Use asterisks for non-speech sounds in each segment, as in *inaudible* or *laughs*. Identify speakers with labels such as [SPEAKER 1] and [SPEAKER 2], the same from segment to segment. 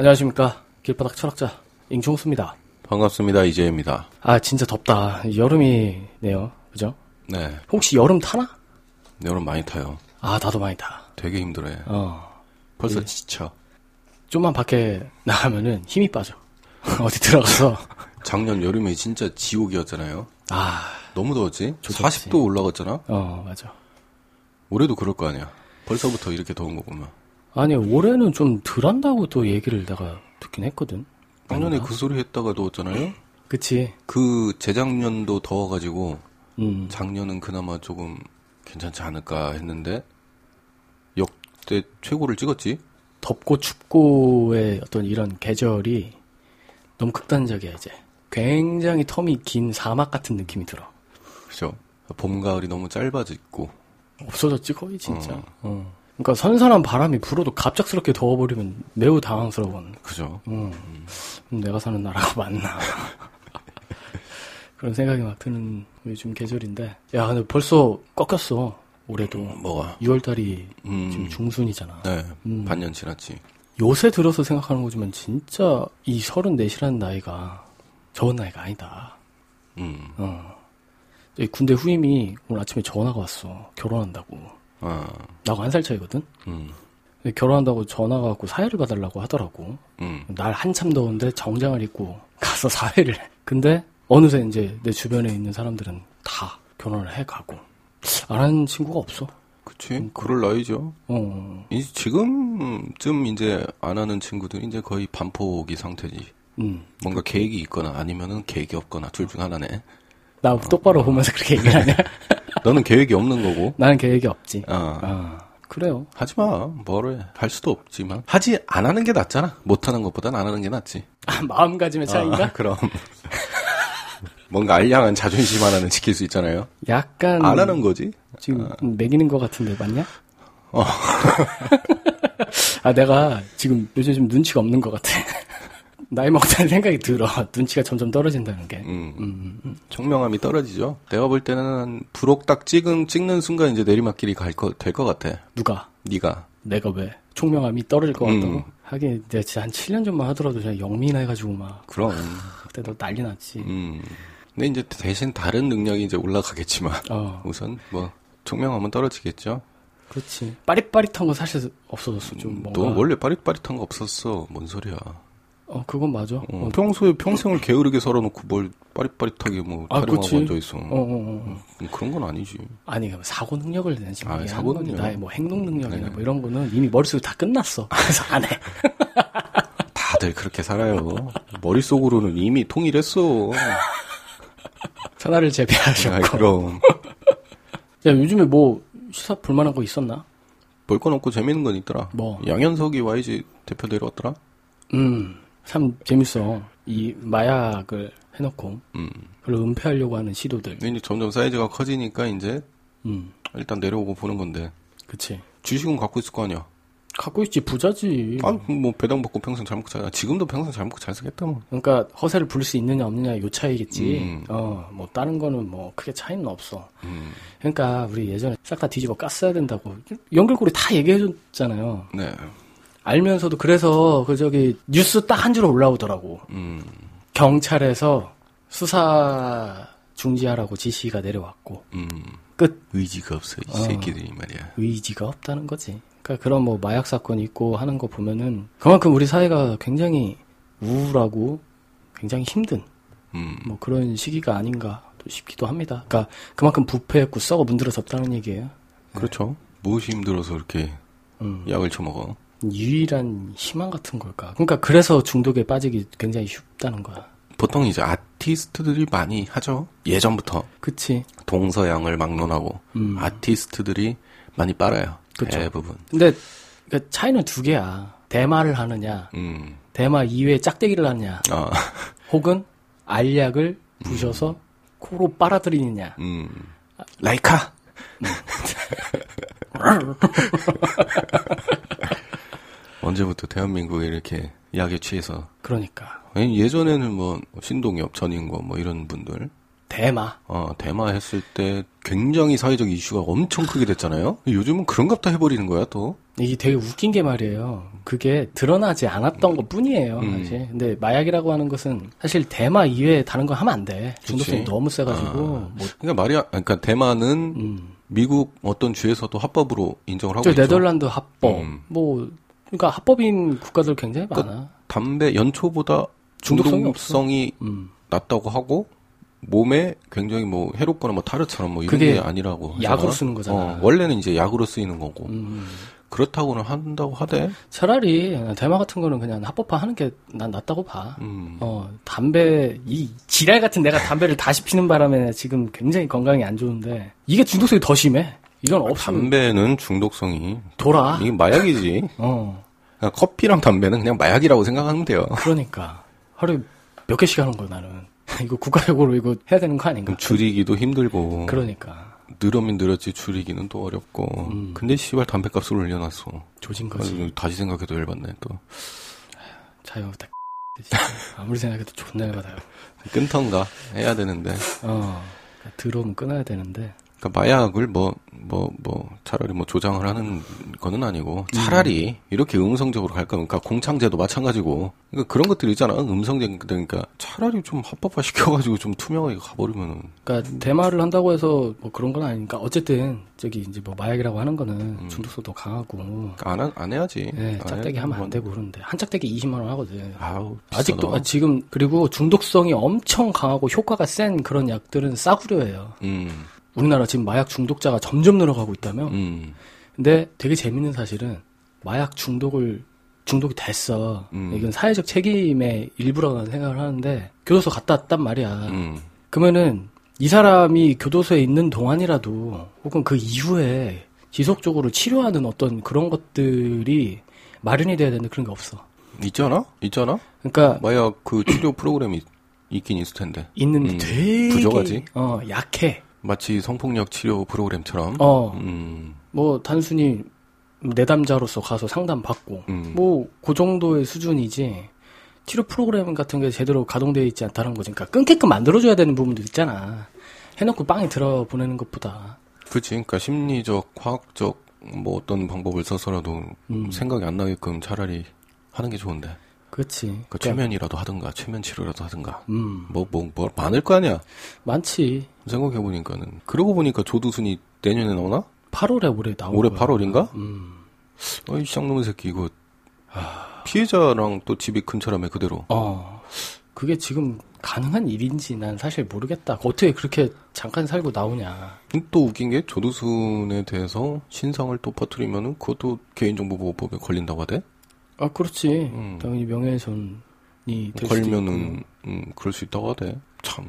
[SPEAKER 1] 안녕하십니까. 길바닥 철학자 임종수입니다.
[SPEAKER 2] 반갑습니다. 이재입니다.
[SPEAKER 1] 아, 진짜 덥다. 여름이네요. 그죠?
[SPEAKER 2] 네.
[SPEAKER 1] 혹시 여름 타나?
[SPEAKER 2] 여름 많이 타요.
[SPEAKER 1] 아, 나도 많이 타.
[SPEAKER 2] 되게 힘들어요.
[SPEAKER 1] 어.
[SPEAKER 2] 벌써 지쳐.
[SPEAKER 1] 좀만 밖에 나가면은 힘이 빠져. *laughs* 어디 들어가서.
[SPEAKER 2] 작년 여름에 진짜 지옥이었잖아요.
[SPEAKER 1] 아,
[SPEAKER 2] 너무 더웠지? 40도 올라갔잖아?
[SPEAKER 1] 어, 맞아.
[SPEAKER 2] 올해도 그럴 거 아니야. 벌써부터 이렇게 더운 거 보면.
[SPEAKER 1] 아니, 올해는 좀 덜한다고 또 얘기를 내가 듣긴 했거든.
[SPEAKER 2] 작년에 그 소리 했다가 더웠잖아요?
[SPEAKER 1] 그치.
[SPEAKER 2] 그 재작년도 더워가지고
[SPEAKER 1] 음.
[SPEAKER 2] 작년은 그나마 조금 괜찮지 않을까 했는데 역대 최고를 찍었지?
[SPEAKER 1] 덥고 춥고의 어떤 이런 계절이 너무 극단적이야, 이제. 굉장히 텀이 긴 사막 같은 느낌이 들어.
[SPEAKER 2] 그죠? 봄, 가을이 너무 짧아지고
[SPEAKER 1] 없어졌지 거의 진짜. 어. 그러니까 선선한 바람이 불어도 갑작스럽게 더워버리면 매우 당황스러운.
[SPEAKER 2] 그죠?
[SPEAKER 1] 그럼 내가 사는 나라가 *laughs* 맞나? 그런 생각이 막 드는 요즘 계절인데. 야, 근데 벌써 꺾였어. 올해도
[SPEAKER 2] 뭐가?
[SPEAKER 1] 6월달이
[SPEAKER 2] 음.
[SPEAKER 1] 음. 지금 음. 중순이잖아.
[SPEAKER 2] 네, 반년 지났지.
[SPEAKER 1] 요새 들어서 생각하는 거지만 진짜 이 34이라는 나이가 적은 나이가 아니다.
[SPEAKER 2] 음,
[SPEAKER 1] 저희 군대 후임이 오늘 아침에 전화가 왔어. 결혼한다고.
[SPEAKER 2] 아,
[SPEAKER 1] 나하고 한 살 차이거든?
[SPEAKER 2] 음,
[SPEAKER 1] 근데 결혼한다고 전화가 왔고 사회를 가달라고 하더라고.
[SPEAKER 2] 음,
[SPEAKER 1] 날 한참 더운데 정장을 입고 가서 *laughs* 사회를 해. 근데 어느새 이제 내 주변에 있는 사람들은 다 결혼을 해가고 안 하는 친구가 없어.
[SPEAKER 2] 그치? 그럴 나이죠.
[SPEAKER 1] 어,
[SPEAKER 2] 이제 지금쯤 이제 안 하는 친구들이 이제 거의 반포기 상태지.
[SPEAKER 1] 음.
[SPEAKER 2] 뭔가 계획이 있거나 아니면은 계획이 없거나 둘 중 하나네.
[SPEAKER 1] 나 똑바로 보면서 그렇게 얘기하냐? *laughs*
[SPEAKER 2] 너는 계획이 없는 거고.
[SPEAKER 1] 나는 계획이 없지.
[SPEAKER 2] 아,
[SPEAKER 1] 아, 그래요.
[SPEAKER 2] 하지 마. 뭐래. 할 수도 없지만. 하지, 안 하는 게 낫잖아. 못 하는 것보단 안 하는 게 낫지.
[SPEAKER 1] 아, 마음가짐의 차이인가?
[SPEAKER 2] 아, 그럼. *laughs* 뭔가 알량한 자존심 하나는 지킬 수 있잖아요.
[SPEAKER 1] 약간
[SPEAKER 2] 안 하는 거지.
[SPEAKER 1] 지금 매기는 것 같은데 맞냐?
[SPEAKER 2] 어.
[SPEAKER 1] *laughs* 아 내가 지금 요즘 좀 눈치가 없는 것 같아. *laughs* 나이 먹다는 생각이 들어. 눈치가 점점 떨어진다는 게.
[SPEAKER 2] 음. 총명함이 떨어지죠. 내가 볼 때는 부록 딱 찍은 찍는 순간 이제 내리막길이 갈거될것 같아.
[SPEAKER 1] 누가
[SPEAKER 2] 네가
[SPEAKER 1] 내가 왜 총명함이 떨어질 것 같다고?
[SPEAKER 2] 음.
[SPEAKER 1] 하긴 내가 진짜 한 7년 전만 하더라도 제가 영민해 가지고 막
[SPEAKER 2] 그럼.
[SPEAKER 1] 그때 너 난리 났지.
[SPEAKER 2] 음. 근데 이제 대신 다른 능력이 이제 올라가겠지만 *laughs*
[SPEAKER 1] 어,
[SPEAKER 2] 우선 뭐 총명함은 떨어지겠죠.
[SPEAKER 1] 그렇지. 빠릿빠릿한 건 사실 없어졌어. 좀 뭔가.
[SPEAKER 2] 너 원래 빠릿빠릿한 거 없었어. 뭔 소리야.
[SPEAKER 1] 어, 그건 맞아. 어,
[SPEAKER 2] 어, 평소에 평생을 게으르게 살아놓고 뭘 빠릿빠릿하게 뭐
[SPEAKER 1] 아,
[SPEAKER 2] 촬영하고
[SPEAKER 1] 그치.
[SPEAKER 2] 앉아 있어. 음,
[SPEAKER 1] 어, 어, 어.
[SPEAKER 2] 그런 건 아니지.
[SPEAKER 1] 아니 그럼 사고 능력을 내는 지금
[SPEAKER 2] 아,
[SPEAKER 1] 얘기하는
[SPEAKER 2] 사고 음, 네.
[SPEAKER 1] 거지.
[SPEAKER 2] 능력.
[SPEAKER 1] 나의 뭐 행동 능력이나 뭐 이런 거는 이미 머릿속에 다
[SPEAKER 2] *laughs*
[SPEAKER 1] 끝났어. 그래서 안 해.
[SPEAKER 2] 다들 그렇게 살아요. 머릿속으로는 이미 *laughs* 통일했어.
[SPEAKER 1] 전화를
[SPEAKER 2] 아이,
[SPEAKER 1] 재배하셨고.
[SPEAKER 2] 그럼. 네.
[SPEAKER 1] 야, 요즘에 뭐 시사 볼만한 거 있었나?
[SPEAKER 2] 볼 건 없고 재밌는 건 있더라.
[SPEAKER 1] 뭐?
[SPEAKER 2] 양현석이 YG 대표 내려왔더라.
[SPEAKER 1] 음, 참 재밌어. 이 마약을 해놓고
[SPEAKER 2] 음.
[SPEAKER 1] 그걸 은폐하려고 하는 시도들.
[SPEAKER 2] 근데 이제 점점 사이즈가 커지니까 이제
[SPEAKER 1] 음,
[SPEAKER 2] 일단 내려오고 보는 건데
[SPEAKER 1] 그치.
[SPEAKER 2] 주식은 갖고 있을 거 아니야.
[SPEAKER 1] 갖고 있지 부자지.
[SPEAKER 2] 아뭐 배당 받고 평생 잘 먹고 잘 지금도 평생 잘 먹고 잘 살겠다 뭐.
[SPEAKER 1] 그러니까 허세를 부릴 수 있느냐 없느냐 요 차이겠지.
[SPEAKER 2] 음.
[SPEAKER 1] 어, 뭐 다른 거는 뭐 크게 차이는 없어.
[SPEAKER 2] 음.
[SPEAKER 1] 그러니까 우리 예전에 싹 다 뒤집어 깠어야 된다고 연결고리 다 얘기해줬잖아요.
[SPEAKER 2] 네.
[SPEAKER 1] 알면서도 그래서 그 저기 뉴스 딱 한 줄 올라오더라고.
[SPEAKER 2] 음.
[SPEAKER 1] 경찰에서 수사 중지하라고 지시가 내려왔고
[SPEAKER 2] 음.
[SPEAKER 1] 끝
[SPEAKER 2] 의지가 없어 이
[SPEAKER 1] 어.
[SPEAKER 2] 새끼들이 말이야.
[SPEAKER 1] 의지가 없다는 거지. 그러니까 그런 뭐 마약 사건 이 있고 하는 거 보면은 그만큼 우리 사회가 굉장히 우울하고 굉장히 힘든
[SPEAKER 2] 음.
[SPEAKER 1] 뭐 그런 시기가 아닌가 또 싶기도 합니다. 그러니까 그만큼 부패했고 썩어 문드러졌다는 얘기예요.
[SPEAKER 2] 그렇죠. 무엇이 힘들어서 이렇게
[SPEAKER 1] 네. 음.
[SPEAKER 2] 약을 처먹어.
[SPEAKER 1] 유일한 희망 같은 걸까. 그러니까 그래서 중독에 빠지기 굉장히 쉽다는 거야.
[SPEAKER 2] 보통 이제 아티스트들이 많이 하죠. 예전부터
[SPEAKER 1] 그치?
[SPEAKER 2] 동서양을 막론하고 아티스트들이 많이 빨아요.
[SPEAKER 1] 음. 그쵸.
[SPEAKER 2] 대부분.
[SPEAKER 1] 근데 그 차이는 두 개야. 대마를 하느냐,
[SPEAKER 2] 음.
[SPEAKER 1] 대마 이외에 짝대기를 하느냐,
[SPEAKER 2] 아.
[SPEAKER 1] 혹은 알약을 부셔서 코로 빨아들이느냐.
[SPEAKER 2] 음. 라이카. 언제부터 대한민국에 이렇게 약에 취해서
[SPEAKER 1] 그러니까
[SPEAKER 2] 아니, 예전에는 뭐 신동엽, 전인권 뭐 이런 분들
[SPEAKER 1] 대마.
[SPEAKER 2] 어, 대마 했을 때 굉장히 사회적 이슈가 엄청 크게 됐잖아요. 요즘은 그런갑다 해버리는 거야 또.
[SPEAKER 1] 이게 되게 웃긴 게 말이에요. 그게 드러나지 않았던 것 뿐이에요,
[SPEAKER 2] 음.
[SPEAKER 1] 사실. 근데 마약이라고 하는 것은 사실 대마 이외에 다른 거 하면 안 돼. 중독성이
[SPEAKER 2] 그치.
[SPEAKER 1] 너무 세가지고. 뭐,
[SPEAKER 2] 그러니까 말이야, 그러니까 대만은
[SPEAKER 1] 음.
[SPEAKER 2] 미국 어떤 주에서도 합법으로 인정을 하고
[SPEAKER 1] 저
[SPEAKER 2] 있죠.
[SPEAKER 1] 네덜란드 합법.
[SPEAKER 2] 음.
[SPEAKER 1] 뭐, 그러니까 합법인 국가들 굉장히 많아.
[SPEAKER 2] 담배 연초보다
[SPEAKER 1] 중독성이
[SPEAKER 2] 중독성이
[SPEAKER 1] 음.
[SPEAKER 2] 낮다고 하고 몸에 굉장히 뭐 해롭거나 뭐 타르처럼 뭐 이런
[SPEAKER 1] 그게
[SPEAKER 2] 게 아니라고 하잖아.
[SPEAKER 1] 약으로 쓰는 거잖아.
[SPEAKER 2] 어, 원래는 이제 약으로 쓰이는 거고
[SPEAKER 1] 음.
[SPEAKER 2] 그렇다고는 한다고 하대.
[SPEAKER 1] 차라리 대마 같은 거는 그냥 합법화하는 게 난 낫다고 봐.
[SPEAKER 2] 음.
[SPEAKER 1] 어, 담배, 이 지랄 같은 내가 담배를 다시 피는 바람에 지금 굉장히 건강이 안 좋은데, 이게 중독성이 더 심해. 이건 없으면
[SPEAKER 2] 담배는 중독성이
[SPEAKER 1] 돌아.
[SPEAKER 2] 이게 마약이지.
[SPEAKER 1] 어,
[SPEAKER 2] 그냥 커피랑 담배는 그냥 마약이라고 생각하면 돼요.
[SPEAKER 1] 그러니까. 하루에 몇 개씩 하는 거야, 나는. *laughs* 이거 국가적으로 이거 해야 되는 거 아닌가?
[SPEAKER 2] 그럼 줄이기도 힘들고
[SPEAKER 1] 그러니까.
[SPEAKER 2] 늘으면 늘었지 줄이기는 또 어렵고.
[SPEAKER 1] 음.
[SPEAKER 2] 근데 씨발 담배값을 올려놨어.
[SPEAKER 1] 조진 거지.
[SPEAKER 2] 아주 다시 생각해도 열받네 또.
[SPEAKER 1] 자유롭다. *laughs* 아무리 생각해도 존나 받아요.
[SPEAKER 2] 끊던가 해야 되는데.
[SPEAKER 1] 어. 들어오면 끊어야 되는데.
[SPEAKER 2] 그러니까 마약을 뭐 뭐 뭐 차라리 뭐 조장을 하는 거는 아니고
[SPEAKER 1] 음.
[SPEAKER 2] 차라리 이렇게 음성적으로 갈 거면 그러니까 공창제도 마찬가지고 그러니까 그런 것들 있잖아 음성적인 그러니까 차라리 좀 합법화 시켜가지고 좀 투명하게 가버리면은
[SPEAKER 1] 그러니까 대마를 한다고 해서 뭐 그런 건 아니니까 어쨌든 저기 이제 뭐 마약이라고 하는
[SPEAKER 2] 음.
[SPEAKER 1] 거는 중독성도 강하고
[SPEAKER 2] 그러니까 안, 하- 안 해야지
[SPEAKER 1] 예,
[SPEAKER 2] 안
[SPEAKER 1] 짝대기
[SPEAKER 2] 해야
[SPEAKER 1] 하면 안 되고 그런데 한 짝대기 20만 원 하거든.
[SPEAKER 2] 아우 뭐. 비싸다.
[SPEAKER 1] 아직도 아, 지금 그리고 중독성이 엄청 강하고 효과가 센 그런 약들은 싸구려예요.
[SPEAKER 2] 음,
[SPEAKER 1] 우리나라 지금 마약 중독자가 점점 늘어가고 있다며.
[SPEAKER 2] 음,
[SPEAKER 1] 근데 되게 재밌는 사실은 마약 중독을 중독이 됐어.
[SPEAKER 2] 음.
[SPEAKER 1] 이건 사회적 책임의 일부라고 생각을 하는데 교도소 갔다 왔단 말이야.
[SPEAKER 2] 음,
[SPEAKER 1] 그러면은 이 사람이 교도소에 있는 동안이라도 혹은 그 이후에 지속적으로 치료하는 어떤 그런 것들이 마련이 돼야 되는데 그런 게 없어.
[SPEAKER 2] 있잖아 있잖아
[SPEAKER 1] 그러니까
[SPEAKER 2] 마약 그 치료 프로그램이 있긴 있을 텐데
[SPEAKER 1] 있는
[SPEAKER 2] 음,
[SPEAKER 1] 되게
[SPEAKER 2] 부족하지?
[SPEAKER 1] 어 약해.
[SPEAKER 2] 마치 성폭력 치료 프로그램처럼
[SPEAKER 1] 어 뭐
[SPEAKER 2] 음,
[SPEAKER 1] 단순히 내담자로서 가서 상담 받고
[SPEAKER 2] 음.
[SPEAKER 1] 뭐 그 정도의 수준이지 치료 프로그램 같은 게 제대로 가동되어 있지 않다는 거지. 그러니까 끊게끔 만들어줘야 되는 부분도 있잖아. 해놓고 빵에 들어 보내는 것보다.
[SPEAKER 2] 그치. 그러니까 심리적, 화학적 뭐 어떤 방법을 써서라도
[SPEAKER 1] 음.
[SPEAKER 2] 생각이 안 나게끔 차라리 하는 게 좋은데.
[SPEAKER 1] 그렇지.
[SPEAKER 2] 그 최면이라도 하든가, 최면 치료라도 하든가.
[SPEAKER 1] 음
[SPEAKER 2] 뭐, 뭐, 뭐 많을 거 아니야.
[SPEAKER 1] 많지.
[SPEAKER 2] 생각해 보니까는. 그러고 보니까 조두순이 내년에 나오나?
[SPEAKER 1] 8월에 올해 나온
[SPEAKER 2] 올해
[SPEAKER 1] 거야.
[SPEAKER 2] 8월인가?
[SPEAKER 1] 음.
[SPEAKER 2] 어이 쌍놈의 새끼 이거
[SPEAKER 1] 아.
[SPEAKER 2] 피해자랑 또 집이 근처라며 그대로.
[SPEAKER 1] 어. 그게 지금 가능한 일인지 난 사실 모르겠다. 어떻게 그렇게 잠깐 살고 나오냐.
[SPEAKER 2] 또 웃긴 게 조두순에 대해서 신상을 또 퍼뜨리면은 그것도 개인정보보호법에 걸린다고 하대.
[SPEAKER 1] 아, 그렇지.
[SPEAKER 2] 음.
[SPEAKER 1] 당연히 명예훼손이 될 수도 있고.
[SPEAKER 2] 걸면은 음, 그럴 수 있다고 하대. 참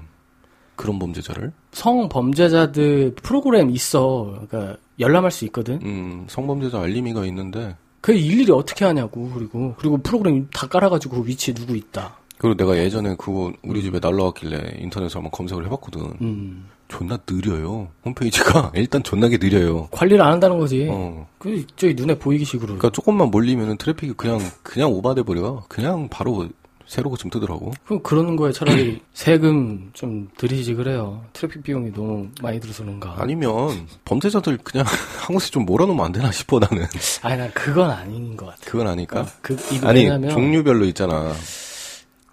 [SPEAKER 2] 그런 범죄자를.
[SPEAKER 1] 성범죄자들 프로그램 있어. 그러니까 열람할 수 있거든.
[SPEAKER 2] 음, 성범죄자 알림이가 있는데
[SPEAKER 1] 그 일일이 어떻게 하냐고. 그리고 그리고 프로그램 다 깔아 가지고 그 위치에 누구 있다.
[SPEAKER 2] 그리고 내가 예전에 그거 우리 집에 날라왔길래 인터넷에 한번 검색을 해봤거든.
[SPEAKER 1] 음.
[SPEAKER 2] 존나 느려요. 홈페이지가 *laughs* 일단 존나게 느려요.
[SPEAKER 1] 관리를 안 한다는 거지.
[SPEAKER 2] 어.
[SPEAKER 1] 그 저기 눈에 보이기 식으로.
[SPEAKER 2] 그러니까 조금만 몰리면은 트래픽이 그냥 그냥 오바돼 버려. 그냥 바로 새로 고침 뜨더라고.
[SPEAKER 1] 그럼 그러는 거에 차라리 *clears throat* 세금 좀 들이지 그래요. 트래픽 비용이 너무 많이 들어서 그런가.
[SPEAKER 2] 아니면 범죄자들 그냥 *laughs* 한 곳에 좀 몰아놓으면 안 되나 싶어 나는.
[SPEAKER 1] 아니 난 그건 아닌 것 같아.
[SPEAKER 2] 그건 아니까.
[SPEAKER 1] 그 이거
[SPEAKER 2] 아니
[SPEAKER 1] 왜냐면
[SPEAKER 2] 종류별로 있잖아.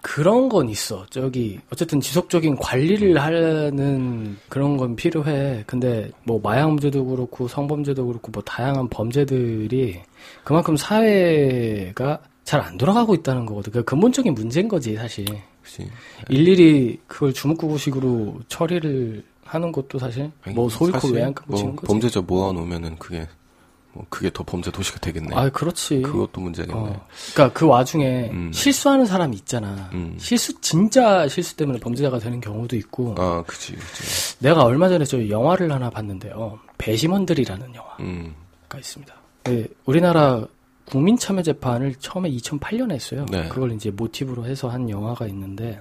[SPEAKER 1] 그런 건 있어. 저기 어쨌든 지속적인
[SPEAKER 2] 음.
[SPEAKER 1] 관리를 하는 그런 건 필요해. 근데 뭐 마약 문제도 그렇고 성범죄도 그렇고 뭐 다양한 범죄들이 그만큼 사회가 잘 안 돌아가고 있다는 거거든. 그 근본적인 문제인 거지 사실.
[SPEAKER 2] 그치.
[SPEAKER 1] 일일이 그걸 주먹구구식으로 처리를 하는 것도 사실 뭐 소위 그
[SPEAKER 2] 사실
[SPEAKER 1] 외양간 붙이는 거지.
[SPEAKER 2] 범죄자 모아놓으면은 그게 뭐 그게 더 범죄 도시가 되겠네.
[SPEAKER 1] 아 그렇지.
[SPEAKER 2] 그것도 문제겠네.
[SPEAKER 1] 어. 그러니까 그 와중에
[SPEAKER 2] 음.
[SPEAKER 1] 실수하는 사람이 있잖아.
[SPEAKER 2] 음.
[SPEAKER 1] 실수 진짜 실수 때문에 범죄자가 되는 경우도 있고.
[SPEAKER 2] 아, 그치, 그치.
[SPEAKER 1] 내가 얼마 전에 저 영화를 하나 봤는데요. 배심원들이라는 영화가
[SPEAKER 2] 음.
[SPEAKER 1] 있습니다. 네, 우리나라 국민참여재판을 처음에 2008년에 했어요.
[SPEAKER 2] 네.
[SPEAKER 1] 그걸 이제 모티브로 해서 한 영화가 있는데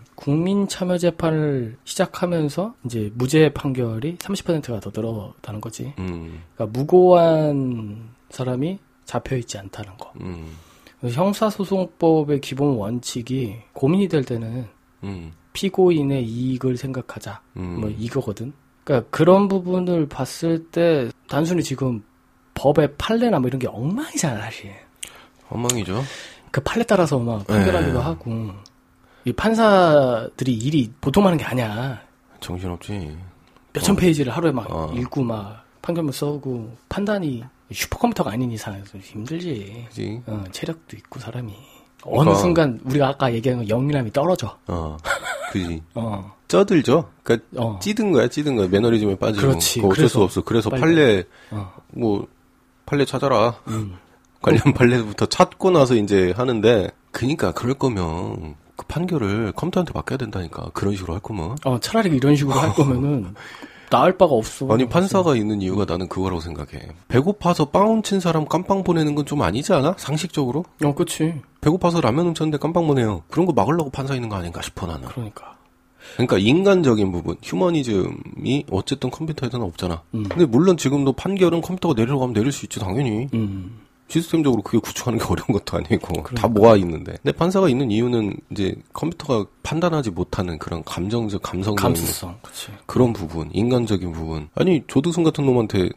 [SPEAKER 1] 국민참여재판을 시작하면서 이제 무죄 판결이 30%가 더 늘었다는 거지.
[SPEAKER 2] 음,
[SPEAKER 1] 그러니까 무고한 사람이 잡혀 있지 않다는 거.
[SPEAKER 2] 음,
[SPEAKER 1] 형사소송법의 기본 원칙이 고민이 될 때는
[SPEAKER 2] 음,
[SPEAKER 1] 피고인의 이익을 생각하자.
[SPEAKER 2] 음.
[SPEAKER 1] 뭐 이거거든. 그러니까 그런 부분을 봤을 때 단순히 지금 법의 판례나 뭐 이런 게 엉망이잖아 사실.
[SPEAKER 2] 엉망이죠.
[SPEAKER 1] 그 판례 따라서 막 판결하기도
[SPEAKER 2] 네.
[SPEAKER 1] 하고 이 판사들이 일이 보통 하는 게 아니야.
[SPEAKER 2] 정신없지.
[SPEAKER 1] 몇천 페이지를 하루에 막
[SPEAKER 2] 어.
[SPEAKER 1] 읽고 막 판결문 써오고 판단이 슈퍼컴퓨터가 아닌 이상 힘들지.
[SPEAKER 2] 그지?
[SPEAKER 1] 어, 체력도 있고 사람이 어느
[SPEAKER 2] 그러니까.
[SPEAKER 1] 순간 우리가 아까 얘기한 건 영리함이 떨어져.
[SPEAKER 2] 어. *laughs* 그지.
[SPEAKER 1] 어,
[SPEAKER 2] 쩌들죠? 그니까,
[SPEAKER 1] 어.
[SPEAKER 2] 찌든 거야, 찌든 거야. 매너리즘에 빠지고.
[SPEAKER 1] 그렇지.
[SPEAKER 2] 그거 어쩔
[SPEAKER 1] 그래서
[SPEAKER 2] 수 없어. 그래서
[SPEAKER 1] 빨리.
[SPEAKER 2] 판례,
[SPEAKER 1] 어.
[SPEAKER 2] 뭐, 판례 찾아라.
[SPEAKER 1] 음.
[SPEAKER 2] *laughs* 관련 판례부터 찾고 나서 이제 하는데, 그니까, 그럴 거면, 그 판결을 컴퓨터한테 맡겨야 된다니까. 그런 식으로 할 거면.
[SPEAKER 1] 어, 차라리 이런 식으로
[SPEAKER 2] *laughs*
[SPEAKER 1] 할 거면은 나을 바가 없어.
[SPEAKER 2] 아니, 판사가 있는 이유가 나는 그거라고 생각해. 배고파서 빵 훔친 사람 깜빵 보내는 건 좀 아니지 않아? 상식적으로?
[SPEAKER 1] 어, 그치.
[SPEAKER 2] 배고파서 라면 훔쳤는데 깜빵 보내요. 그런 거 막으려고 판사 있는 거 아닌가 싶어, 나는.
[SPEAKER 1] 그러니까.
[SPEAKER 2] 그러니까 인간적인 부분, 휴머니즘이 어쨌든 컴퓨터에서는 없잖아.
[SPEAKER 1] 음.
[SPEAKER 2] 근데 물론 지금도 판결은 컴퓨터가 내리러 가면 내릴 수 있지, 당연히.
[SPEAKER 1] 음,
[SPEAKER 2] 시스템적으로 그게 구축하는 게 *laughs* 어려운 것도 아니고 다 모아 있는데. 근데 판사가 있는 이유는 이제 컴퓨터가 판단하지 못하는 그런 감정적 감성적인
[SPEAKER 1] 감수성. 음. 그치.
[SPEAKER 2] 그런 부분, 인간적인 부분. 아니 조두순 같은 놈한테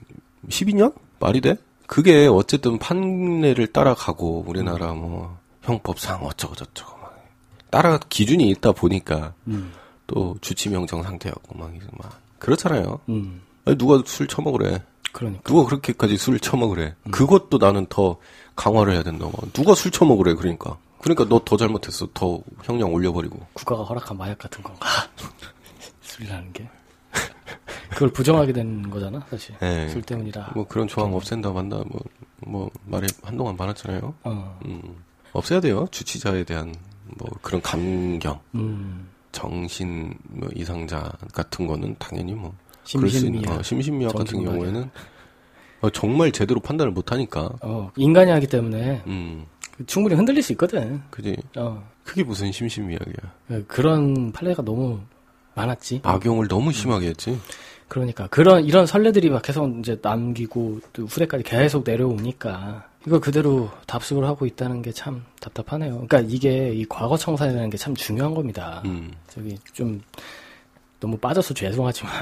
[SPEAKER 2] 12년 말이 돼? 그게 어쨌든 판례를 따라가고 우리나라 뭐 형법상 어쩌고 저쩌고 막 따라 기준이 있다 보니까
[SPEAKER 1] 음.
[SPEAKER 2] 또 주치명정 상태였고 막 이제 막 그렇잖아요.
[SPEAKER 1] 음,
[SPEAKER 2] 아니 누가 술 처먹으래?
[SPEAKER 1] 그러니까.
[SPEAKER 2] 누가 그렇게까지 술을 처먹으래?
[SPEAKER 1] 음.
[SPEAKER 2] 그것도 나는 더 강화를 해야 된다. 막. 누가 술 처먹으래? 그러니까. 그러니까 너 더 잘못했어. 더 형량 올려버리고.
[SPEAKER 1] 국가가 허락한 마약 같은 건가? *laughs* 술이라는 *laughs* 게. 그걸 부정하게 된 거잖아, 사실.
[SPEAKER 2] 예.
[SPEAKER 1] 술 때문이라.
[SPEAKER 2] 뭐 그런
[SPEAKER 1] 음.
[SPEAKER 2] 조항 없앤다 만다 뭐, 뭐 말이 한동안 많았잖아요.
[SPEAKER 1] 어,
[SPEAKER 2] 음, 없애야 돼요. 주치자에 대한 뭐 그런 감경,
[SPEAKER 1] 음,
[SPEAKER 2] 정신 뭐 이상자 같은 거는 당연히 뭐 그럴 수 있는
[SPEAKER 1] 심신미약.
[SPEAKER 2] 어, 심신미약 같은
[SPEAKER 1] 정신마약.
[SPEAKER 2] 경우에는 어, 정말 제대로 판단을 못 하니까.
[SPEAKER 1] 어, 인간이 하기 때문에
[SPEAKER 2] 음,
[SPEAKER 1] 충분히 흔들릴 수 있거든.
[SPEAKER 2] 그지.
[SPEAKER 1] 어,
[SPEAKER 2] 그게 무슨 심신미약이야.
[SPEAKER 1] 그런 판례가 너무 많았지.
[SPEAKER 2] 악용을 너무 심하게 했지.
[SPEAKER 1] 그러니까 그런 이런 선례들이 막 계속 이제 남기고 또 후대까지 계속 내려오니까 이걸 그대로 답습을 하고 있다는 게 참 답답하네요. 그러니까 이게 이 과거 청산이라는 게 참 중요한 겁니다.
[SPEAKER 2] 음.
[SPEAKER 1] 저기 좀 너무 빠져서 죄송하지만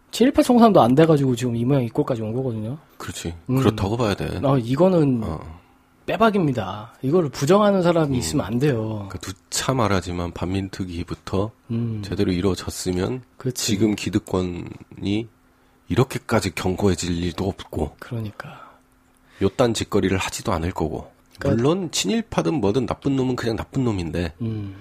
[SPEAKER 1] *laughs* 친일파 청산도 안 돼가지고 지금 이 모양 이 꼴까지 온 거거든요.
[SPEAKER 2] 그렇지.
[SPEAKER 1] 음.
[SPEAKER 2] 그렇다고 봐야 돼.
[SPEAKER 1] 아 이거는
[SPEAKER 2] 네. 어. 음.
[SPEAKER 1] 빼박입니다. 이거를 부정하는 사람이 있으면 안 돼요.
[SPEAKER 2] 그러니까 두차 말하지만 반민특위부터
[SPEAKER 1] 음,
[SPEAKER 2] 제대로 이루어졌으면
[SPEAKER 1] 그렇지.
[SPEAKER 2] 지금 기득권이 이렇게까지 견고해질 일도 없고
[SPEAKER 1] 그러니까
[SPEAKER 2] 요딴 짓거리를 하지도 않을 거고
[SPEAKER 1] 그러니까-
[SPEAKER 2] 물론 친일파든 뭐든 나쁜 놈은 그냥 나쁜 놈인데
[SPEAKER 1] 음.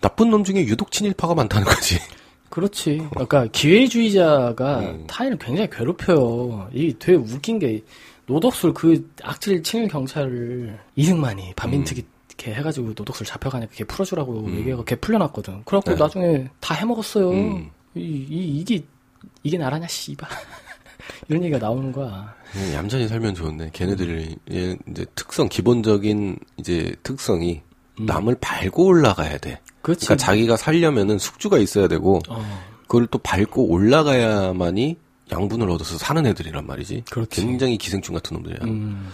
[SPEAKER 2] 나쁜 놈 중에 유독 친일파가 많다는 거지 *laughs*
[SPEAKER 1] 그렇지. 그러니까 기회주의자가
[SPEAKER 2] 음.
[SPEAKER 1] 타인을 굉장히 괴롭혀요. 이 되게 웃긴 게 노덕술 그 악질 친일 경찰을 이승만이 반민특위
[SPEAKER 2] 음.
[SPEAKER 1] 이렇게 해가지고 노덕술 잡혀가니까 걔 풀어주라고 얘기하고 걔 풀려났거든. 그래갖고
[SPEAKER 2] 네.
[SPEAKER 1] 나중에 다 해먹었어요.
[SPEAKER 2] 음.
[SPEAKER 1] 이, 이, 이게 이게 나라냐 씨발 *laughs* 이런 얘기가 나오는 거야.
[SPEAKER 2] 그냥 얌전히 살면 좋은데 걔네들의 이제 특성 기본적인 이제 특성이 남을 밟고 올라가야 돼
[SPEAKER 1] 음. 그렇지.
[SPEAKER 2] 그러니까 자기가 살려면은 숙주가 있어야 되고
[SPEAKER 1] 어,
[SPEAKER 2] 그걸 또 밟고 올라가야만이 양분을 얻어서 사는 애들이란 말이지.
[SPEAKER 1] 그렇지.
[SPEAKER 2] 굉장히 기생충 같은 놈들이야.
[SPEAKER 1] 음,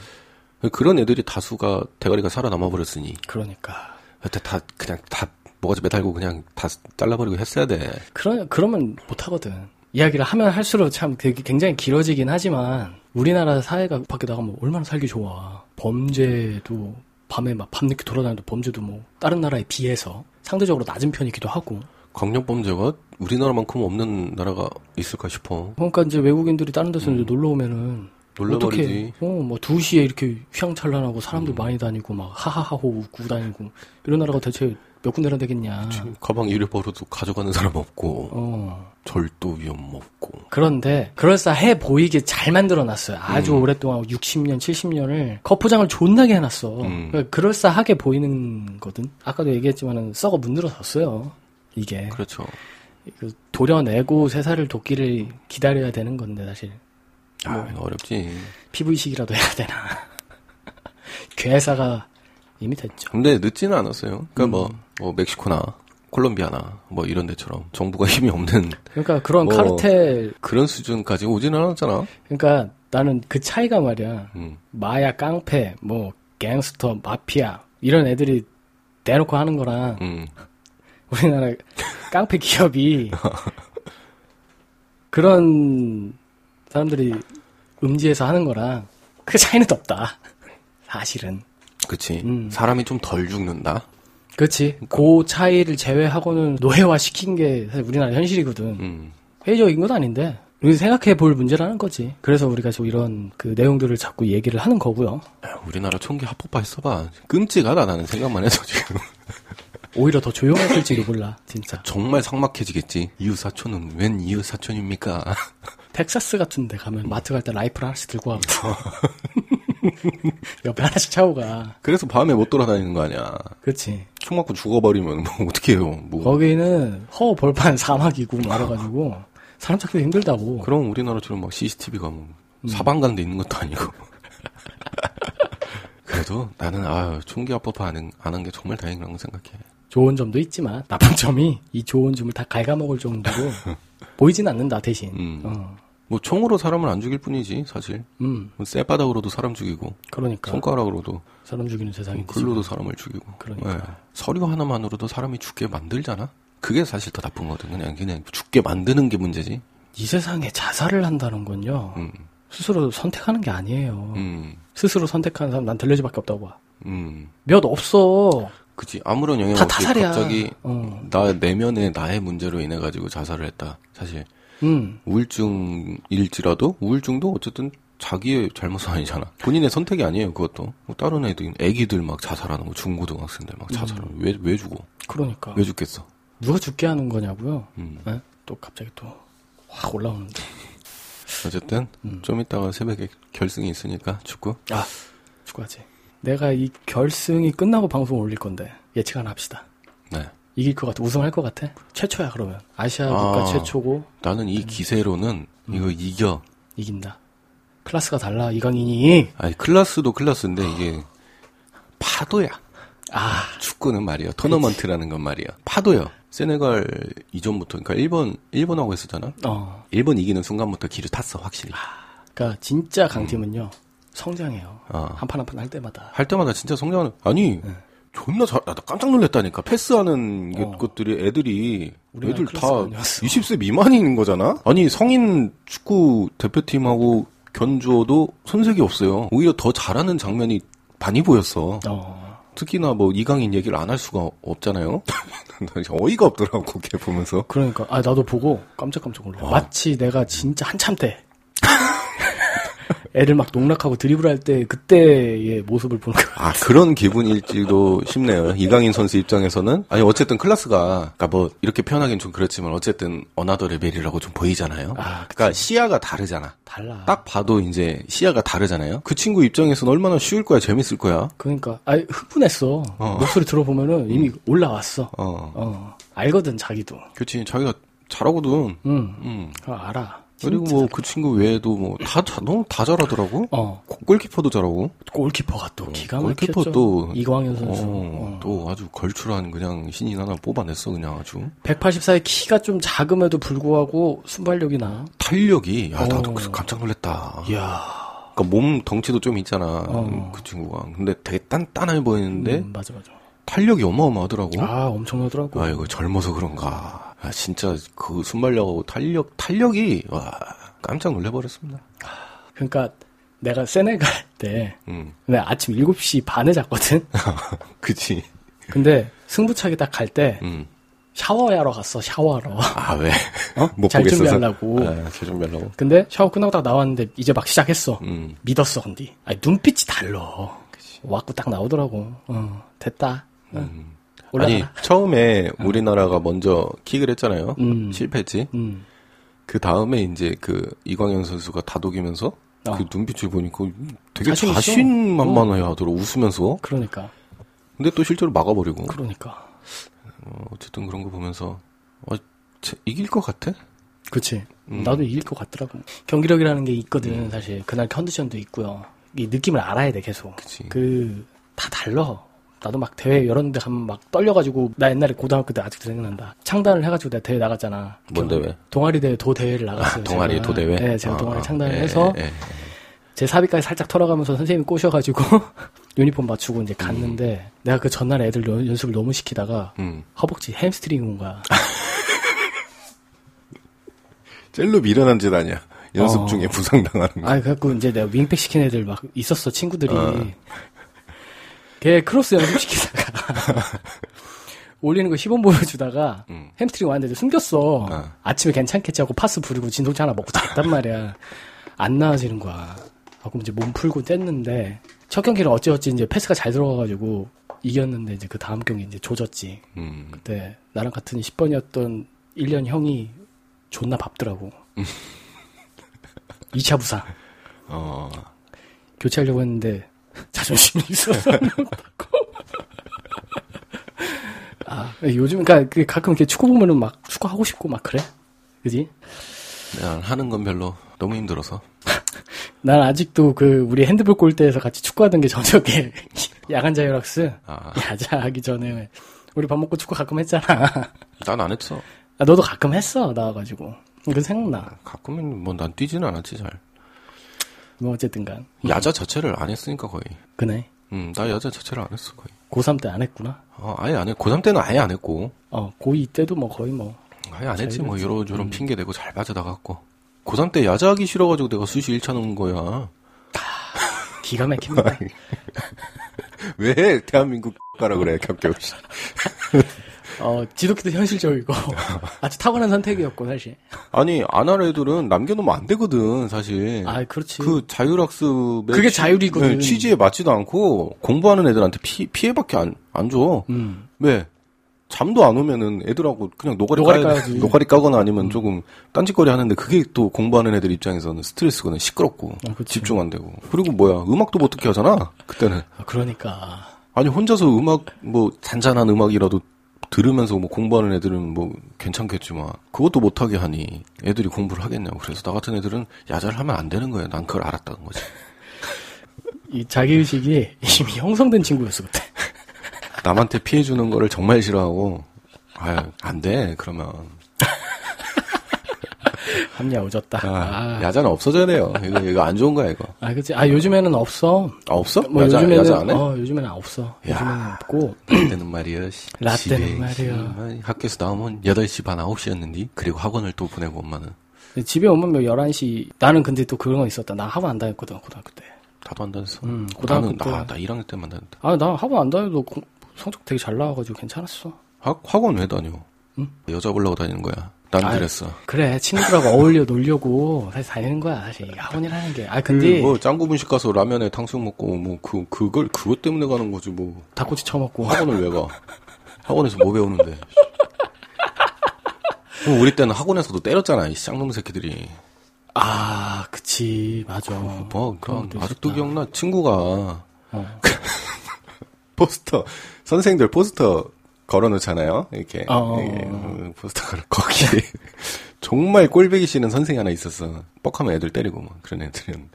[SPEAKER 2] 그런 애들이 다수가 대가리가 살아남아 버렸으니
[SPEAKER 1] 그러니까.
[SPEAKER 2] 여태 다 그냥 다 뭐가지 매달고 그냥 다 잘라버리고 했어야 돼.
[SPEAKER 1] 그러, 그러면 못하거든. 이야기를 하면 할수록 참 되게 굉장히 길어지긴 하지만 우리나라 사회가 밖에 나가면 얼마나 살기 좋아. 범죄도 밤에 막 밤늦게 돌아다니는 범죄도 뭐 다른 나라에 비해서 상대적으로 낮은 편이기도 하고.
[SPEAKER 2] 강력범죄가 우리나라만큼 없는 나라가 있을까 싶어.
[SPEAKER 1] 그러니까 이제 외국인들이 다른 데서 이제 놀러 오면은
[SPEAKER 2] 음. 놀라버리지. 음.
[SPEAKER 1] 어떻게 어뭐 2시에 이렇게 휘황찬란하고 사람들 많이 다니고 막 하하하호 웃고 다니고 이런 나라가 대체 몇 군데나 되겠냐.
[SPEAKER 2] 가방 잃어버려도 가져가는 사람 없고
[SPEAKER 1] 어.
[SPEAKER 2] 절도 위험 없고
[SPEAKER 1] 그런데 그럴싸해 보이게 잘 만들어놨어요. 아주
[SPEAKER 2] 음.
[SPEAKER 1] 오랫동안 60년, 70년을 거포장을 존나게 해놨어.
[SPEAKER 2] 음.
[SPEAKER 1] 그러니까 그럴싸하게 보이는 거든. 아까도 얘기했지만은 썩어 문드러졌어요. 이게
[SPEAKER 2] 그렇죠.
[SPEAKER 1] 그 도려내고 세살을 돕기를 기다려야 되는 건데 사실
[SPEAKER 2] 아
[SPEAKER 1] 뭐.
[SPEAKER 2] 이거 어렵지.
[SPEAKER 1] 피부 이식이라도 해야 되나. *laughs* 괴사가 이미 됐죠.
[SPEAKER 2] 근데 늦지는 않았어요. 그러니까 뭐, 뭐 멕시코나 콜롬비아나 뭐 이런 데처럼 정부가 *laughs* 힘이 없는
[SPEAKER 1] 그러니까 그런
[SPEAKER 2] 뭐.
[SPEAKER 1] 카르텔.
[SPEAKER 2] 그런 수준까지 오지는 않았잖아.
[SPEAKER 1] 그러니까 나는 그 차이가 말이야.
[SPEAKER 2] 음.
[SPEAKER 1] 마약, 깡패, 뭐 갱스터, 마피아 이런 애들이 대놓고 하는 거랑
[SPEAKER 2] 음.
[SPEAKER 1] 우리나라 깡패 기업이 그런 사람들이 음지에서 하는 거랑 그 차이는 없다. 사실은.
[SPEAKER 2] 그치. 사람이 좀 덜 죽는다.
[SPEAKER 1] 그렇지. 그 차이를 제외하고는 노예화 시킨 게 사실 우리나라 현실이거든.
[SPEAKER 2] 음.
[SPEAKER 1] 회의적인 건 아닌데 우리 생각해 볼 문제라는 거지. 그래서 우리가 지금 이런 그 내용들을 자꾸 얘기를 하는 거고요.
[SPEAKER 2] 야, 우리나라 총기 합법화 했어봐. 끔찍하다, 나는 생각만 해서 지금. *laughs*
[SPEAKER 1] 오히려 더 조용했을지도 몰라, 진짜.
[SPEAKER 2] 정말 삭막해지겠지. 이웃사촌은 웬 이웃사촌입니까? *laughs*
[SPEAKER 1] 텍사스 같은 데 가면 마트 갈 때 라이플 하나씩 들고 가고. 옆에 하나씩 차고 가.
[SPEAKER 2] 그래서 밤에 못 돌아다니는 거 아니야.
[SPEAKER 1] 그렇지.
[SPEAKER 2] 총 맞고 죽어버리면 뭐 어떻게 해요. 뭐.
[SPEAKER 1] 거기는 허우 벌판 *laughs* 사막이고 말아가지고 사람 찾기도 힘들다고.
[SPEAKER 2] 뭐 그럼 우리나라처럼 막 CCTV가 뭐
[SPEAKER 1] 음.
[SPEAKER 2] 사방간데 있는 것도 아니고. *laughs* 그래도 나는 아 총기 합법화 안 한 게 정말 다행이라고 생각해.
[SPEAKER 1] 좋은 점도 있지만 나쁜 점이 이 좋은 점을 다 갉아먹을
[SPEAKER 2] *laughs*
[SPEAKER 1] 정도로 보이진 않는다 대신.
[SPEAKER 2] 음.
[SPEAKER 1] 어,
[SPEAKER 2] 뭐 총으로 사람을 안 죽일 뿐이지 사실.
[SPEAKER 1] 음,
[SPEAKER 2] 뭐 쇠바닥으로도 사람 죽이고
[SPEAKER 1] 그러니까
[SPEAKER 2] 손가락으로도
[SPEAKER 1] 사람 죽이는 세상이
[SPEAKER 2] 글로도 사람을 죽이고. 네.
[SPEAKER 1] 그러니까.
[SPEAKER 2] 서류 하나만으로도 사람이 죽게 만들잖아. 그게 사실 더 나쁜 거거든. 그냥 그냥 죽게 만드는 게 문제지.
[SPEAKER 1] 이 세상에 자살을 한다는 건요
[SPEAKER 2] 음.
[SPEAKER 1] 스스로 선택하는 게 아니에요.
[SPEAKER 2] 음.
[SPEAKER 1] 스스로 선택하는 사람 난 들려지밖에 없다고 봐.
[SPEAKER 2] 음.
[SPEAKER 1] 몇 없어.
[SPEAKER 2] 그치 아무런 영향
[SPEAKER 1] 다
[SPEAKER 2] 없이
[SPEAKER 1] 타살이야.
[SPEAKER 2] 갑자기
[SPEAKER 1] 어.
[SPEAKER 2] 나 내면의 나의 문제로 인해 가지고 자살을 했다. 사실
[SPEAKER 1] 음,
[SPEAKER 2] 우울증일지라도 우울증도 어쨌든 자기의 잘못은 아니잖아. 본인의 선택이 아니에요. 그것도 뭐 다른 애들, 애기들 막 자살하는 거, 중고등학생들 막 자살하는 거. 왜, 왜 죽어?
[SPEAKER 1] 그러니까
[SPEAKER 2] 왜 죽겠어?
[SPEAKER 1] 누가 죽게 하는 거냐고요.
[SPEAKER 2] 음.
[SPEAKER 1] 네? 또 갑자기 또 확 올라오는데.
[SPEAKER 2] 어쨌든 좀 이따가 새벽에 결승이 있으니까 축구.
[SPEAKER 1] 아, 죽어야지. 내가 이 결승이 끝나고 방송 올릴 건데 예측 하나 합시다.
[SPEAKER 2] 네.
[SPEAKER 1] 이길 것 같아. 우승할 것 같아. 최초야 그러면. 아시아 국가
[SPEAKER 2] 아.
[SPEAKER 1] 최초고
[SPEAKER 2] 나는 이 기세로는 이거 이겨.
[SPEAKER 1] 이긴다. 클래스가 달라 이강인이.
[SPEAKER 2] 아니 클라스도 클라스인데 이게 파도야.
[SPEAKER 1] 아,
[SPEAKER 2] 축구는 말이야. 토너먼트라는 건 말이야. 파도요. 세네갈 이전부터, 그러니까 일본, 일본하고 했었잖아.
[SPEAKER 1] 어.
[SPEAKER 2] 일본 이기는 순간부터 길을 탔어, 확실히.
[SPEAKER 1] 그러니까 진짜 강팀은요 성장해요.
[SPEAKER 2] 어.
[SPEAKER 1] 한 판 한 판 할 때마다.
[SPEAKER 2] 할 때마다 진짜 성장하는, 아니, 존나 잘, 아, 나 깜짝 놀랐다니까. 패스하는
[SPEAKER 1] 네. 어.
[SPEAKER 2] 것들이 애들이,
[SPEAKER 1] 우리나라
[SPEAKER 2] 애들 다
[SPEAKER 1] 클래스가 아니었어.
[SPEAKER 2] 20세 미만인 거잖아? 아니, 성인 축구 대표팀하고 견주어도 손색이 없어요. 오히려 더 잘하는 장면이 많이 보였어.
[SPEAKER 1] 어.
[SPEAKER 2] 특히나 뭐 이강인 얘기를 안 할 수가 없잖아요? *laughs* 나 진짜 어이가 없더라고, 걔 보면서.
[SPEAKER 1] 그러니까 아 나도 보고 깜짝깜짝 놀라. 마치 내가 진짜 한참 때 *laughs* 애를 막 농락하고 드리블할 때 그때의 모습을 보는 거야.
[SPEAKER 2] 아 그런 기분일지도 싶네요. 이강인 선수 입장에서는 아니 어쨌든 클라스가 그러니까 뭐 이렇게 표현하기는 좀 그렇지만 어쨌든 어나더 레벨이라고 좀 보이잖아요.
[SPEAKER 1] 아,
[SPEAKER 2] 그러니까 시야가 다르잖아.
[SPEAKER 1] 달라.
[SPEAKER 2] 딱 봐도 이제 시야가 다르잖아요. 그 친구 입장에서는 얼마나 쉬울 거야, 재밌을 거야.
[SPEAKER 1] 그러니까 아 흥분했어. 목소리 들어보면은 이미 올라왔어. 어.
[SPEAKER 2] 음. 어,
[SPEAKER 1] 알거든 자기도.
[SPEAKER 2] 그렇지. 자기가 잘하거든.
[SPEAKER 1] 응.
[SPEAKER 2] 음.
[SPEAKER 1] 아, 알아.
[SPEAKER 2] 그리고 뭐 그 친구 외에도 뭐 다 너무 다 잘하더라고.
[SPEAKER 1] 어.
[SPEAKER 2] 골키퍼도 잘하고.
[SPEAKER 1] 골키퍼가 또 기가 막혔죠.
[SPEAKER 2] 어, 골키퍼 또
[SPEAKER 1] 이광현 선수.
[SPEAKER 2] 어, 또 아주 걸출한 그냥 신인 하나 뽑아냈어 그냥 아주.
[SPEAKER 1] 184의 키가 좀 작음에도 불구하고 순발력이 나.
[SPEAKER 2] 탄력이 야 나도 그래서 깜짝 놀랐다.
[SPEAKER 1] 이야.
[SPEAKER 2] 그러니까 몸 덩치도 좀 있잖아 그 친구가. 근데 되게 단단해 보이는데
[SPEAKER 1] 어. 음, 맞아 맞아.
[SPEAKER 2] 탄력이 어마어마하더라고. 어? 아,
[SPEAKER 1] 아 엄청나더라고.
[SPEAKER 2] 이거 젊어서 그런가. 아, 진짜 그 순발력하고 탄력 탄력이 와 깜짝 놀래버렸습니다.
[SPEAKER 1] 그러니까 내가 세네갈 때
[SPEAKER 2] 음,
[SPEAKER 1] 내가 아침 7시 반에 잤거든.
[SPEAKER 2] 그치.
[SPEAKER 1] 근데 승부차게 딱 갈 때
[SPEAKER 2] 음.
[SPEAKER 1] 샤워하러 갔어. 샤워하러.
[SPEAKER 2] 아 왜?
[SPEAKER 1] 어?
[SPEAKER 2] *laughs* 못
[SPEAKER 1] 잘
[SPEAKER 2] 보겠어서.
[SPEAKER 1] 준비하려고.
[SPEAKER 2] 아, 잘 준비하려고.
[SPEAKER 1] 근데 샤워 끝나고 딱 나왔는데 이제 막 시작했어.
[SPEAKER 2] 음.
[SPEAKER 1] 믿었어 근데. 아니 눈빛이 달라. 왔고 딱 나오더라고. 어, 됐다. 응.
[SPEAKER 2] 음. 아니
[SPEAKER 1] 올라가라. 어.
[SPEAKER 2] 처음에 우리나라가 먼저 킥을 했잖아요.
[SPEAKER 1] 음.
[SPEAKER 2] 실패했지.
[SPEAKER 1] 음.
[SPEAKER 2] 그 다음에 이제 그 이광현 선수가 다독이면서
[SPEAKER 1] 어.
[SPEAKER 2] 그 눈빛을 보니까 되게
[SPEAKER 1] 자신 있어. 어.
[SPEAKER 2] 자신만만해 하더라 웃으면서
[SPEAKER 1] 그러니까.
[SPEAKER 2] 근데 또 실제로 막아버리고
[SPEAKER 1] 그러니까.
[SPEAKER 2] 어, 어쨌든 그런 거 보면서 어, 쟤 이길 것 같아?
[SPEAKER 1] 그치.
[SPEAKER 2] 음.
[SPEAKER 1] 나도 이길 것 같더라고. 경기력이라는 게 있거든, 사실. 그날 컨디션도 있고요. 이 느낌을 알아야 돼, 계속.
[SPEAKER 2] 그치.
[SPEAKER 1] 그, 다 달라. 나도 막 대회 이런 데 가면 막 떨려가지고, 나 옛날에 고등학교 때 아직도 생각난다. 창단을 해가지고 내가 대회 나갔잖아.
[SPEAKER 2] 뭔
[SPEAKER 1] 기억-
[SPEAKER 2] 대회?
[SPEAKER 1] 동아리 대회, 도 대회를 나갔어요.
[SPEAKER 2] 동아리
[SPEAKER 1] 제가.
[SPEAKER 2] 도대회?
[SPEAKER 1] 네, 제가
[SPEAKER 2] 아,
[SPEAKER 1] 동아리
[SPEAKER 2] 예,
[SPEAKER 1] 창단을 해서,
[SPEAKER 2] 예, 예.
[SPEAKER 1] 제 사비까지 살짝 털어가면서 선생님이 꼬셔가지고, *laughs* 유니폼 맞추고 이제 갔는데, 내가 그 전날 애들 연- 연습을 너무 시키다가,
[SPEAKER 2] 음.
[SPEAKER 1] 허벅지 햄스트링 온 거야.
[SPEAKER 2] 젤로 밀어난 짓 아니야 연습
[SPEAKER 1] 어.
[SPEAKER 2] 중에 부상당하는 거.
[SPEAKER 1] 아, 그래갖고 이제 내가 윙백 시킨 애들 막 있었어, 친구들이. 걔 크로스 연습시키다가 *laughs* 올리는 거 시범 보여주다가 햄스트링 왔는데 음. 숨겼어.
[SPEAKER 2] 어.
[SPEAKER 1] 아침에 괜찮겠지 하고 파스 부리고 진동체 하나 먹고 *laughs* 잤단 말이야. 안 나아지는 거야. 하고 이제 몸 풀고 뗐는데 첫 경기를 어찌어찌 이제 패스가 잘 들어가가지고 이겼는데 이제 그 다음 경기 이제 조졌지.
[SPEAKER 2] 음.
[SPEAKER 1] 그때 나랑 같은 10번이었던 1년 형이 존나 밥더라고. 2차 부상.
[SPEAKER 2] 어.
[SPEAKER 1] 교체하려고 했는데 *laughs* 자존심이 있어서 안 나왔다고. 아 요즘 그러니까 그 가끔 이렇게 축구 보면은 막 축구 하고 싶고 막 그래 그지?
[SPEAKER 2] 난 하는 건 별로 너무 힘들어서.
[SPEAKER 1] 난 아직도 그 우리 핸드볼 골대에서 같이 축구하던 게 저녁에 *laughs* 야간 자율학습
[SPEAKER 2] 아.
[SPEAKER 1] 야자하기 전에 우리 밥 먹고 축구 가끔 했잖아.
[SPEAKER 2] 난 안 했어.
[SPEAKER 1] 아, 너도 가끔 했어 나와가지고 그 생각나.
[SPEAKER 2] 가끔은 뭐 난 뛰지는 않았지 잘.
[SPEAKER 1] 음. 뭐 어쨌든간
[SPEAKER 2] 야자 자체를 안 했으니까 거의.
[SPEAKER 1] 그네
[SPEAKER 2] 음, 나 야자 자체를 안 했어 거의.
[SPEAKER 1] 고3 때 안 했구나.
[SPEAKER 2] 어, 아예 안 했. 고3 때는 아예 안 했고.
[SPEAKER 1] 어 고2 때도 뭐 거의 뭐
[SPEAKER 2] 아예 안 했지 뭐 이런
[SPEAKER 1] 음.
[SPEAKER 2] 저런 핑계 대고 잘 빠져나갔고. 고3 때 야자하기 싫어가지고 내가 수시 1차 놓은 거야.
[SPEAKER 1] 기가 막힙니다.
[SPEAKER 2] 왜 대한민국 가라 그래 격격.
[SPEAKER 1] 어, 지독히도
[SPEAKER 2] *laughs*
[SPEAKER 1] 현실적이고 아주 탁월한 선택이었고 사실.
[SPEAKER 2] 아니 안 할 애들은 남겨놓으면 안 되거든 사실.
[SPEAKER 1] 아 그렇지.
[SPEAKER 2] 그 자율학습
[SPEAKER 1] 그게 자율이거든.
[SPEAKER 2] 취지에 맞지도 않고 공부하는 애들한테 피, 피해밖에 안, 안 줘.
[SPEAKER 1] 음.
[SPEAKER 2] 왜? 잠도 안 오면은 애들하고 그냥 노가리, 음.
[SPEAKER 1] 노가리
[SPEAKER 2] 까야,
[SPEAKER 1] 까야지.
[SPEAKER 2] 노가리 까거나 아니면 조금 딴짓거리 하는데 그게 또 공부하는 애들 입장에서는 스트레스거든. 시끄럽고
[SPEAKER 1] 아, 그치.
[SPEAKER 2] 집중 안 되고. 그리고 뭐야 음악도 못 듣게 하잖아. 그때는
[SPEAKER 1] 아, 그러니까
[SPEAKER 2] 아니 혼자서 음악 뭐 잔잔한 음악이라도 들으면서 뭐 공부하는 애들은 뭐 괜찮겠지만 그것도 못하게 하니 애들이 공부를 하겠냐고 그래서 나 같은 애들은 야자를 하면 안 되는 거야 난 그걸 알았다는 거지
[SPEAKER 1] 이 자기 의식이 이미 형성된 친구였어 그때. *laughs*
[SPEAKER 2] 남한테 피해 주는 거를 정말 싫어하고 아안돼 그러면
[SPEAKER 1] 합리화 오졌다.
[SPEAKER 2] 아,
[SPEAKER 1] 아,
[SPEAKER 2] 야자는 없어져야 돼요 이거 이거 안 좋은 거야 이거
[SPEAKER 1] 아 그치. 아 요즘에는 없어.
[SPEAKER 2] 아, 없어
[SPEAKER 1] 뭐
[SPEAKER 2] 야자
[SPEAKER 1] 요즘에는
[SPEAKER 2] 야자 안 해?
[SPEAKER 1] 어 요즘에는 없어. 요즘에는 없고
[SPEAKER 2] 라떼는 말이야 씨.
[SPEAKER 1] 라떼는
[SPEAKER 2] 집에
[SPEAKER 1] 말이야.
[SPEAKER 2] 정말 학교에서 나오면 8시 반 9시였는데 그리고 학원을 또 보내고 엄마는
[SPEAKER 1] 집에 오면 뭐 11시 나는 근데 또 그런 거 있었다. 나 학원 안 다녔거든 고등학교 때.
[SPEAKER 2] 나도 안 다녔어
[SPEAKER 1] 음, 고등학교
[SPEAKER 2] 나는 나,
[SPEAKER 1] 때.
[SPEAKER 2] 나 1학년 때만 다녔다
[SPEAKER 1] 아 나 학원 안 다녀도 공- 성적 되게 잘 나와가지고 괜찮았어.
[SPEAKER 2] 학, 학원 왜 다녀? 여자 보려고 다니는 거야. 나는
[SPEAKER 1] 아이,
[SPEAKER 2] 그랬어.
[SPEAKER 1] 그래 친구들하고 *laughs* 어울려 놀려고 사실 다니는 거야 사실 이 학원이라는 게. 아 근데
[SPEAKER 2] 뭐 짱구 분식 가서 라면에 탕수육 먹고 뭐 그 그걸 그것 때문에 가는 거지 뭐
[SPEAKER 1] 닭꼬치 처먹고
[SPEAKER 2] 학원을 왜 가? 학원에서 뭐 배우는데? 그럼 우리 때는 학원에서도 때렸잖아 이 쌍놈 새끼들이.
[SPEAKER 1] 아 그치 맞아.
[SPEAKER 2] 뭐 그럼 그-
[SPEAKER 1] 그런 게
[SPEAKER 2] 아직도
[SPEAKER 1] 있었다.
[SPEAKER 2] 기억나 친구가
[SPEAKER 1] 어.
[SPEAKER 2] 포스터 선생님들 포스터 걸어놓잖아요 이렇게
[SPEAKER 1] 어.
[SPEAKER 2] 이게, 음, 포스터 걸어 거기에 *laughs* 정말 꼴배기 싫은 선생이 하나 있었어 뻑하면 애들 때리고 막 그런 애들은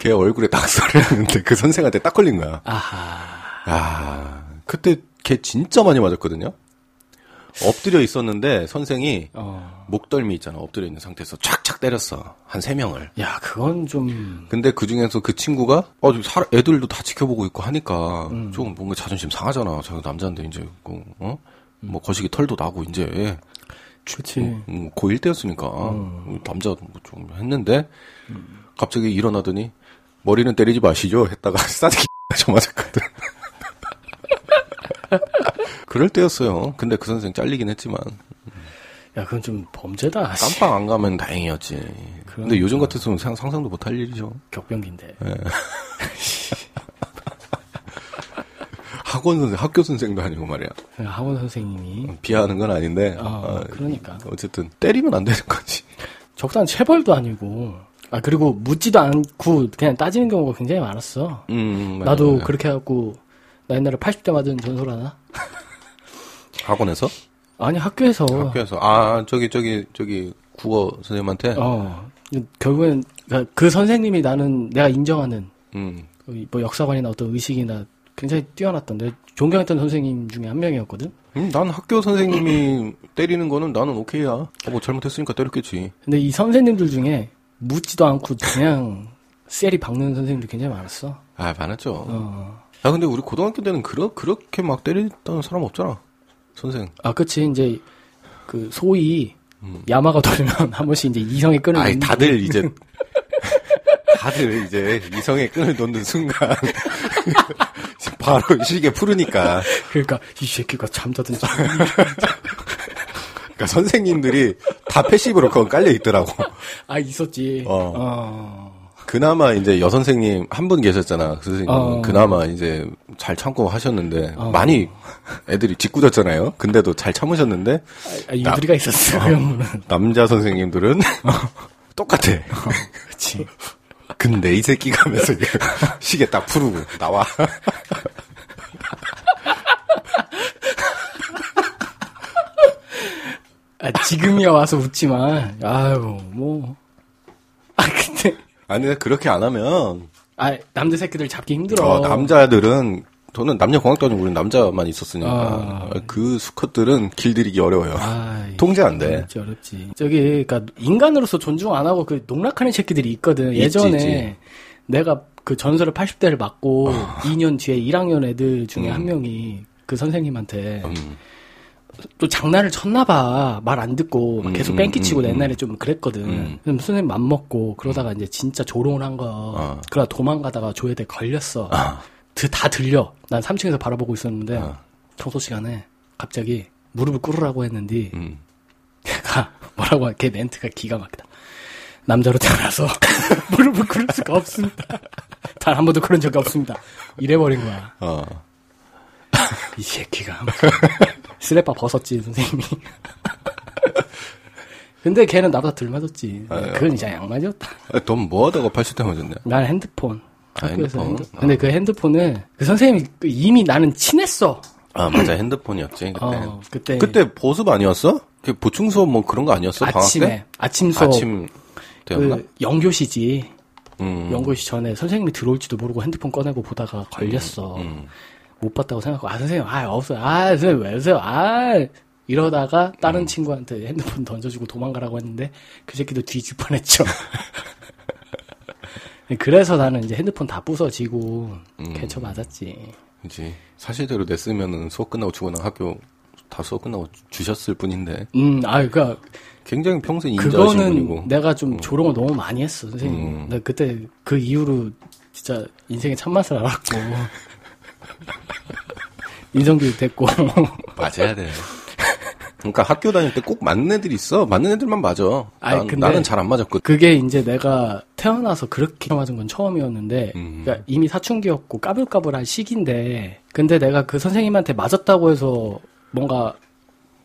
[SPEAKER 2] 걔 얼굴에 낙서를 하는데 그 선생한테 딱 걸린 거야
[SPEAKER 1] 아하.
[SPEAKER 2] 아 그때 걔 진짜 많이 맞았거든요 엎드려 있었는데 선생이
[SPEAKER 1] 어.
[SPEAKER 2] 목덜미 있잖아 엎드려 있는 상태에서 촥촥 때렸어 한 세 명을
[SPEAKER 1] 야, 그건 좀.
[SPEAKER 2] 근데 그 중에서 그 친구가 어, 지금 살- 애들도 다 지켜보고 있고 하니까 조금 뭔가 자존심 상하잖아. 자기 남자인데 이제 그, 어? 뭐 거시기 털도 나고 이제
[SPEAKER 1] 그치.
[SPEAKER 2] 음, 고1 때였으니까 남자 뭐좀 했는데 갑자기 일어나더니 머리는 때리지 마시죠 했다가 *laughs* 싸대기 저 맞았거든. *laughs* 그럴 때였어요. 근데 그 선생 잘리긴 했지만
[SPEAKER 1] 야, 그건 좀 범죄다. 씨.
[SPEAKER 2] 깜빵 안 가면 다행이었지. 근데 요즘 같았으면 상- 상상도 못할 일이죠.
[SPEAKER 1] 격변기인데.
[SPEAKER 2] 네. 학원 선생, 학교 선생도 아니고 말이야.
[SPEAKER 1] 학원 그 선생님이.
[SPEAKER 2] 비하하는 건 아닌데
[SPEAKER 1] 아,
[SPEAKER 2] 어,
[SPEAKER 1] 그러니까.
[SPEAKER 2] 어쨌든 때리면 안 되는 거지.
[SPEAKER 1] 적당한 체벌도 아니고. 아, 그리고 묻지도 않고 그냥 따지는 경우가 굉장히 많았어.
[SPEAKER 2] 음, 맞아,
[SPEAKER 1] 나도
[SPEAKER 2] 맞아.
[SPEAKER 1] 그렇게 해갖고, 나 옛날에 80대 맞은 전설 하나?
[SPEAKER 2] 그 학원에서
[SPEAKER 1] 아니, 학교에서.
[SPEAKER 2] 학교에서 아 저기 저기 저기 국어 선생님한테
[SPEAKER 1] 어. 결국엔, 그러니까 그 선생님이 나는 내가 인정하는,
[SPEAKER 2] 음,
[SPEAKER 1] 뭐 역사관이나 어떤 의식이나 굉장히 뛰어났던, 내 존경했던 선생님 중에 한 명이었거든?
[SPEAKER 2] 음, 난 학교 선생님이 때리는 거는 나는 오케이야. 어, 뭐 잘못했으니까 때렸겠지.
[SPEAKER 1] 근데 이 선생님들 중에 묻지도 않고 그냥 *laughs* 셀이 박는 선생님들 굉장히 많았어.
[SPEAKER 2] 아 많았죠.
[SPEAKER 1] 어.
[SPEAKER 2] 아 근데 우리 고등학교 때는 그러, 그렇게 막 때리던 사람 없잖아. 선생.
[SPEAKER 1] 아, 그치. 이제 그 소위 야마가 돌면 한 번씩 이제 이성의 끈을
[SPEAKER 2] 음. 아이
[SPEAKER 1] 놓는-
[SPEAKER 2] 다들 이제 *laughs* 다들 이제 이성의 끈을 놓는 순간 *laughs* 바로 시계 푸르니까
[SPEAKER 1] *laughs* 그러니까 이 새끼가
[SPEAKER 2] *laughs*
[SPEAKER 1] 잠자든지
[SPEAKER 2] 그러니까 선생님들이 다 패시브로 그건 깔려 있더라고.
[SPEAKER 1] 아 있었지.
[SPEAKER 2] 어.
[SPEAKER 1] 어.
[SPEAKER 2] 그나마 이제 여선생님 한 분 계셨잖아. 그 선생님
[SPEAKER 1] 어.
[SPEAKER 2] 그나마 이제 잘 참고 하셨는데 많이 애들이 짓궂었잖아요. 근데도 잘 참으셨는데
[SPEAKER 1] 아, 유두리가 있었어. 어.
[SPEAKER 2] 남자 선생님들은 *laughs* 똑같아.
[SPEAKER 1] *laughs* 그렇지.
[SPEAKER 2] 근데 이 새끼가 하면서 이거 시계 딱 푸르고 나와.
[SPEAKER 1] 아, 지금이야 와서 웃지만 아유 뭐. 아 근데
[SPEAKER 2] 아니 근데 그렇게 안 하면
[SPEAKER 1] 아 남자 새끼들 잡기 힘들어.
[SPEAKER 2] 어, 남자들은 저는 남녀 공학 단위 우리 남자만 있었으니까
[SPEAKER 1] 아.
[SPEAKER 2] 그 수컷들은 길들이기 어려워요.
[SPEAKER 1] 아이,
[SPEAKER 2] 통제 안 돼.
[SPEAKER 1] 어렵지 어렵지. 저기 그러니까 인간으로서 존중 안 하고 그 농락하는 새끼들이 있거든. 예전에
[SPEAKER 2] 있지. 아.
[SPEAKER 1] 내가 그 전설의 80대를 맞고 2년 뒤에 1학년 애들 중에 한 명이 그 선생님한테
[SPEAKER 2] 음.
[SPEAKER 1] 또 장난을 쳤나 봐. 말 안 듣고 막
[SPEAKER 2] 음,
[SPEAKER 1] 계속
[SPEAKER 2] 음,
[SPEAKER 1] 뺑기치고
[SPEAKER 2] 음, 음.
[SPEAKER 1] 옛날에 좀 그랬거든.
[SPEAKER 2] 음.
[SPEAKER 1] 그럼 선생님 맘먹고 그러다가 이제 진짜 조롱을 한 거야.
[SPEAKER 2] 아.
[SPEAKER 1] 그러다 도망가다가 조회대 걸렸어. 드- 다 들려. 난 3층에서 바라보고 있었는데
[SPEAKER 2] 아.
[SPEAKER 1] 청소 시간에 갑자기 무릎을 꿇으라고 했는데
[SPEAKER 2] 음.
[SPEAKER 1] 걔가 *laughs* 뭐라고 하- 걔 멘트가 기가 막히다. 남자로 태어나서 *laughs* 무릎을 꿇을 수가 없습니다. 단 한 번도 그런 적이 없습니다. 이래버린 거야.
[SPEAKER 2] 어.
[SPEAKER 1] 이 새끼가. *laughs* 슬래퍼 벗었지, 선생님이. *laughs* 근데 걔는 나보다 덜 맞았지.
[SPEAKER 2] 아, 예.
[SPEAKER 1] 그건 이제 양맞이었다.
[SPEAKER 2] 돈 뭐하다가 80대 맞았냐?
[SPEAKER 1] 난 핸드폰.
[SPEAKER 2] 아,
[SPEAKER 1] 학교에서
[SPEAKER 2] 핸드폰?
[SPEAKER 1] 핸드- 근데 그 핸드폰을, 그 선생님이 그 이미 나는 친했어.
[SPEAKER 2] 아 맞아 핸드폰이었지 그때.
[SPEAKER 1] 어, 그때.
[SPEAKER 2] 아. 네. 그때 보습 아니었어? 그 보충 수업 뭐 그런 거 아니었어?
[SPEAKER 1] 아침에. 아침
[SPEAKER 2] 방학
[SPEAKER 1] 수업.
[SPEAKER 2] 때? 아침 때였나?
[SPEAKER 1] 그 영교시지.
[SPEAKER 2] 음.
[SPEAKER 1] 연구시 전에 선생님이 들어올지도 모르고 핸드폰 꺼내고 보다가 걸렸어.
[SPEAKER 2] 음,
[SPEAKER 1] 못 봤다고 생각하고, 아, 선생님, 아, 없어요. 아, 선생님, 왜 오세요? 아, 이러다가 다른
[SPEAKER 2] 음.
[SPEAKER 1] 친구한테 핸드폰 던져주고 도망가라고 했는데, 그 새끼도 뒤질
[SPEAKER 2] *laughs*
[SPEAKER 1] 뻔했죠. 그래서 나는 이제 핸드폰 다 부서지고,
[SPEAKER 2] 음.
[SPEAKER 1] 개쳐 맞았지.
[SPEAKER 2] 그치. 사실대로 냈으면은 수업 끝나고 주거나 학교 다 수업 끝나고 주- 주셨을 뿐인데
[SPEAKER 1] 음, 아, 그니까,
[SPEAKER 2] 굉장히 평생 인자하신 분이고. 어. 음.
[SPEAKER 1] 그거는 내가 좀 조롱을 너무 많이 했어, 선생님. 나 그때 그 이후로 진짜 인생의 참맛을 알았고. *laughs* 인성교육 됐고. *laughs*
[SPEAKER 2] 맞아야 돼. *laughs* 그러니까 학교 다닐 때 꼭 맞는 애들이 있어. 맞는 애들만 맞아.
[SPEAKER 1] 아니,
[SPEAKER 2] 난,
[SPEAKER 1] 근데-
[SPEAKER 2] 나는 잘 안 맞았거든.
[SPEAKER 1] 그게 이제 내가 태어나서 그렇게 맞은 건 처음이었는데, 그러니까 이미 사춘기였고 까불까불한 시기인데, 근데 내가 그 선생님한테 맞았다고 해서 뭔가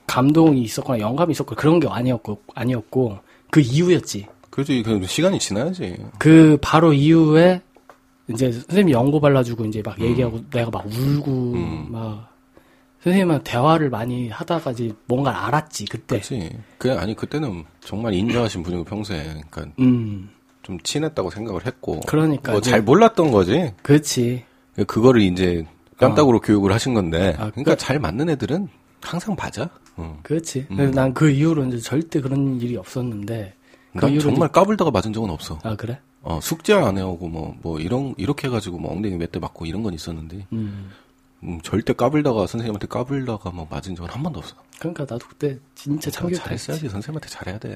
[SPEAKER 1] 감동이 있었거나 영감이 있었거나 그런 게 아니었고, 아니었고, 그 이후였지.
[SPEAKER 2] 그렇지. 그 시간이 지나야지.
[SPEAKER 1] 그 바로 이후에 이제 선생님 이 연고 발라주고 이제 막 얘기하고
[SPEAKER 2] 음.
[SPEAKER 1] 내가 막 울고 막 선생님은 대화를 많이 하다가 이제 뭔가를 알았지 그때.
[SPEAKER 2] 그렇지. 그 아니 그때는 정말 인자하신 분이고 평생 그러니까
[SPEAKER 1] 음,
[SPEAKER 2] 좀 친했다고 생각을 했고.
[SPEAKER 1] 그러니까
[SPEAKER 2] 뭐
[SPEAKER 1] 이제-
[SPEAKER 2] 잘 몰랐던 거지.
[SPEAKER 1] 그렇지.
[SPEAKER 2] 그거를 이제 뺨따구로 교육을 하신 건데.
[SPEAKER 1] 아,
[SPEAKER 2] 그러니까 잘 맞는 애들은 항상 맞아. 어. 응.
[SPEAKER 1] 그렇지.
[SPEAKER 2] 음.
[SPEAKER 1] 난 그 이후로 이제 절대 그런 일이 없었는데. 그
[SPEAKER 2] 난
[SPEAKER 1] 이후로
[SPEAKER 2] 정말 까불다가 맞은 적은 없어.
[SPEAKER 1] 이제- 아 그래?
[SPEAKER 2] 어, 숙제 안 해오고 뭐, 뭐, 이런, 이렇게 해가지고 뭐 엉덩이 몇 대 맞고 이런 건 있었는데,
[SPEAKER 1] 음.
[SPEAKER 2] 음, 절대 까불다가 선생님한테 까불다가 뭐 맞은 적은 한 번도 없어.
[SPEAKER 1] 그러니까 나도 그때 진짜 참교
[SPEAKER 2] 잘했어야지. 선생님한테 잘해야 돼.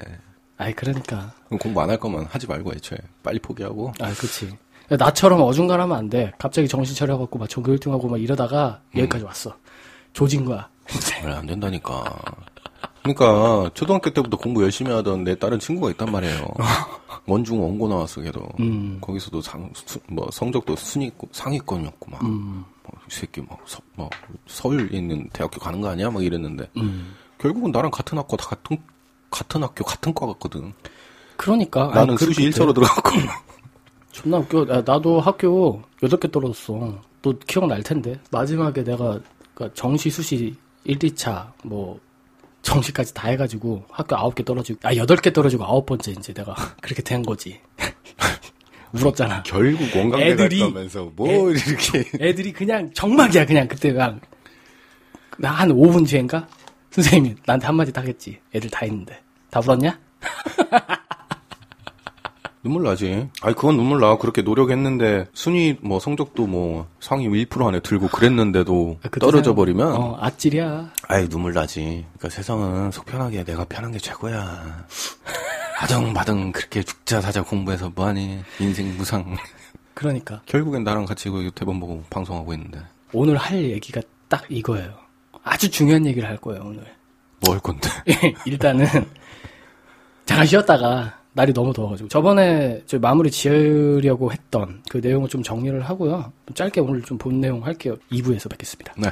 [SPEAKER 1] 아이 그러니까.
[SPEAKER 2] 그럼 공부 안 할 거면 하지 말고 애초에. 빨리 포기하고.
[SPEAKER 1] 아 그렇지. 나처럼 어중간하면 안 돼. 갑자기 정신 차려갖고 막 전교 1등하고 막 이러다가
[SPEAKER 2] 음.
[SPEAKER 1] 여기까지 왔어. 조진 거야.
[SPEAKER 2] 그래, 안 된다니까. 그러니까, 초등학교 때부터 공부 열심히 하던 내 다른 친구가 있단 *laughs* 말이에요. 원중 원고 나왔어, 걔도. 거기서도 상, 수- 뭐, 성적도 순위, 상위권이었고, 막. 막, 이 새끼, 막, 서, 막, 서울에 있는 대학교 가는 거 아니야? 막 이랬는데. 결국은 나랑 같은 학과, 다 같은, 같은 학교, 같은 과 갔거든.
[SPEAKER 1] 그러니까. 아이,
[SPEAKER 2] 나는
[SPEAKER 1] 그-
[SPEAKER 2] 수시 1차로 들어갔고.
[SPEAKER 1] 존나 웃겨. 야, 나도 학교 여덟 개 떨어졌어. 너 기억날 텐데. 마지막에 내가 그러니까 정시, 수시, 1, 2차 뭐 정시까지 다 해가지고 학교 아홉 개 떨어지고 아 여덟 개 떨어지고 아홉 번째 이제 내가 *laughs* 그렇게 된 거지. *laughs* 울었잖아.
[SPEAKER 2] *laughs* 결국
[SPEAKER 1] 원광대 애들이-
[SPEAKER 2] 갔다면서, 뭐, 이렇게.
[SPEAKER 1] 애들이 그냥 정막이야 그냥 그때 막나한 5분 뒤인가 선생님이 나한테 한마디 딱 했지. 애들 다 있는데 다 울었냐?
[SPEAKER 2] 눈물 나지. 아니 그건 눈물 나. 그렇게 노력했는데 순위 뭐 성적도 뭐 상위 1% 안에 들고 그랬는데도
[SPEAKER 1] 아, 그때
[SPEAKER 2] 떨어져
[SPEAKER 1] 생각-
[SPEAKER 2] 버리면
[SPEAKER 1] 어, 아찔이야.
[SPEAKER 2] 아이 눈물 나지. 그러니까 세상은 속 편하게 내가 편한 게 최고야. 아등마등 그렇게 죽자 사자 공부해서 뭐하니 인생 무상.
[SPEAKER 1] 그러니까
[SPEAKER 2] *laughs* 결국엔 나랑 같이 이거 대본 보고 방송하고 있는데
[SPEAKER 1] 오늘 할 얘기가 딱 이거예요. 아주 중요한 얘기를 할 거예요 오늘. *laughs*
[SPEAKER 2] 뭐 할 건데?
[SPEAKER 1] 일단은 잠깐 쉬었다가 날이 너무 더워가지고 저번에 저희 마무리 지으려고 했던 그 내용을 좀 정리를 하고요. 짧게 오늘 좀 본 내용 할게요. 2부에서 뵙겠습니다.
[SPEAKER 2] 네.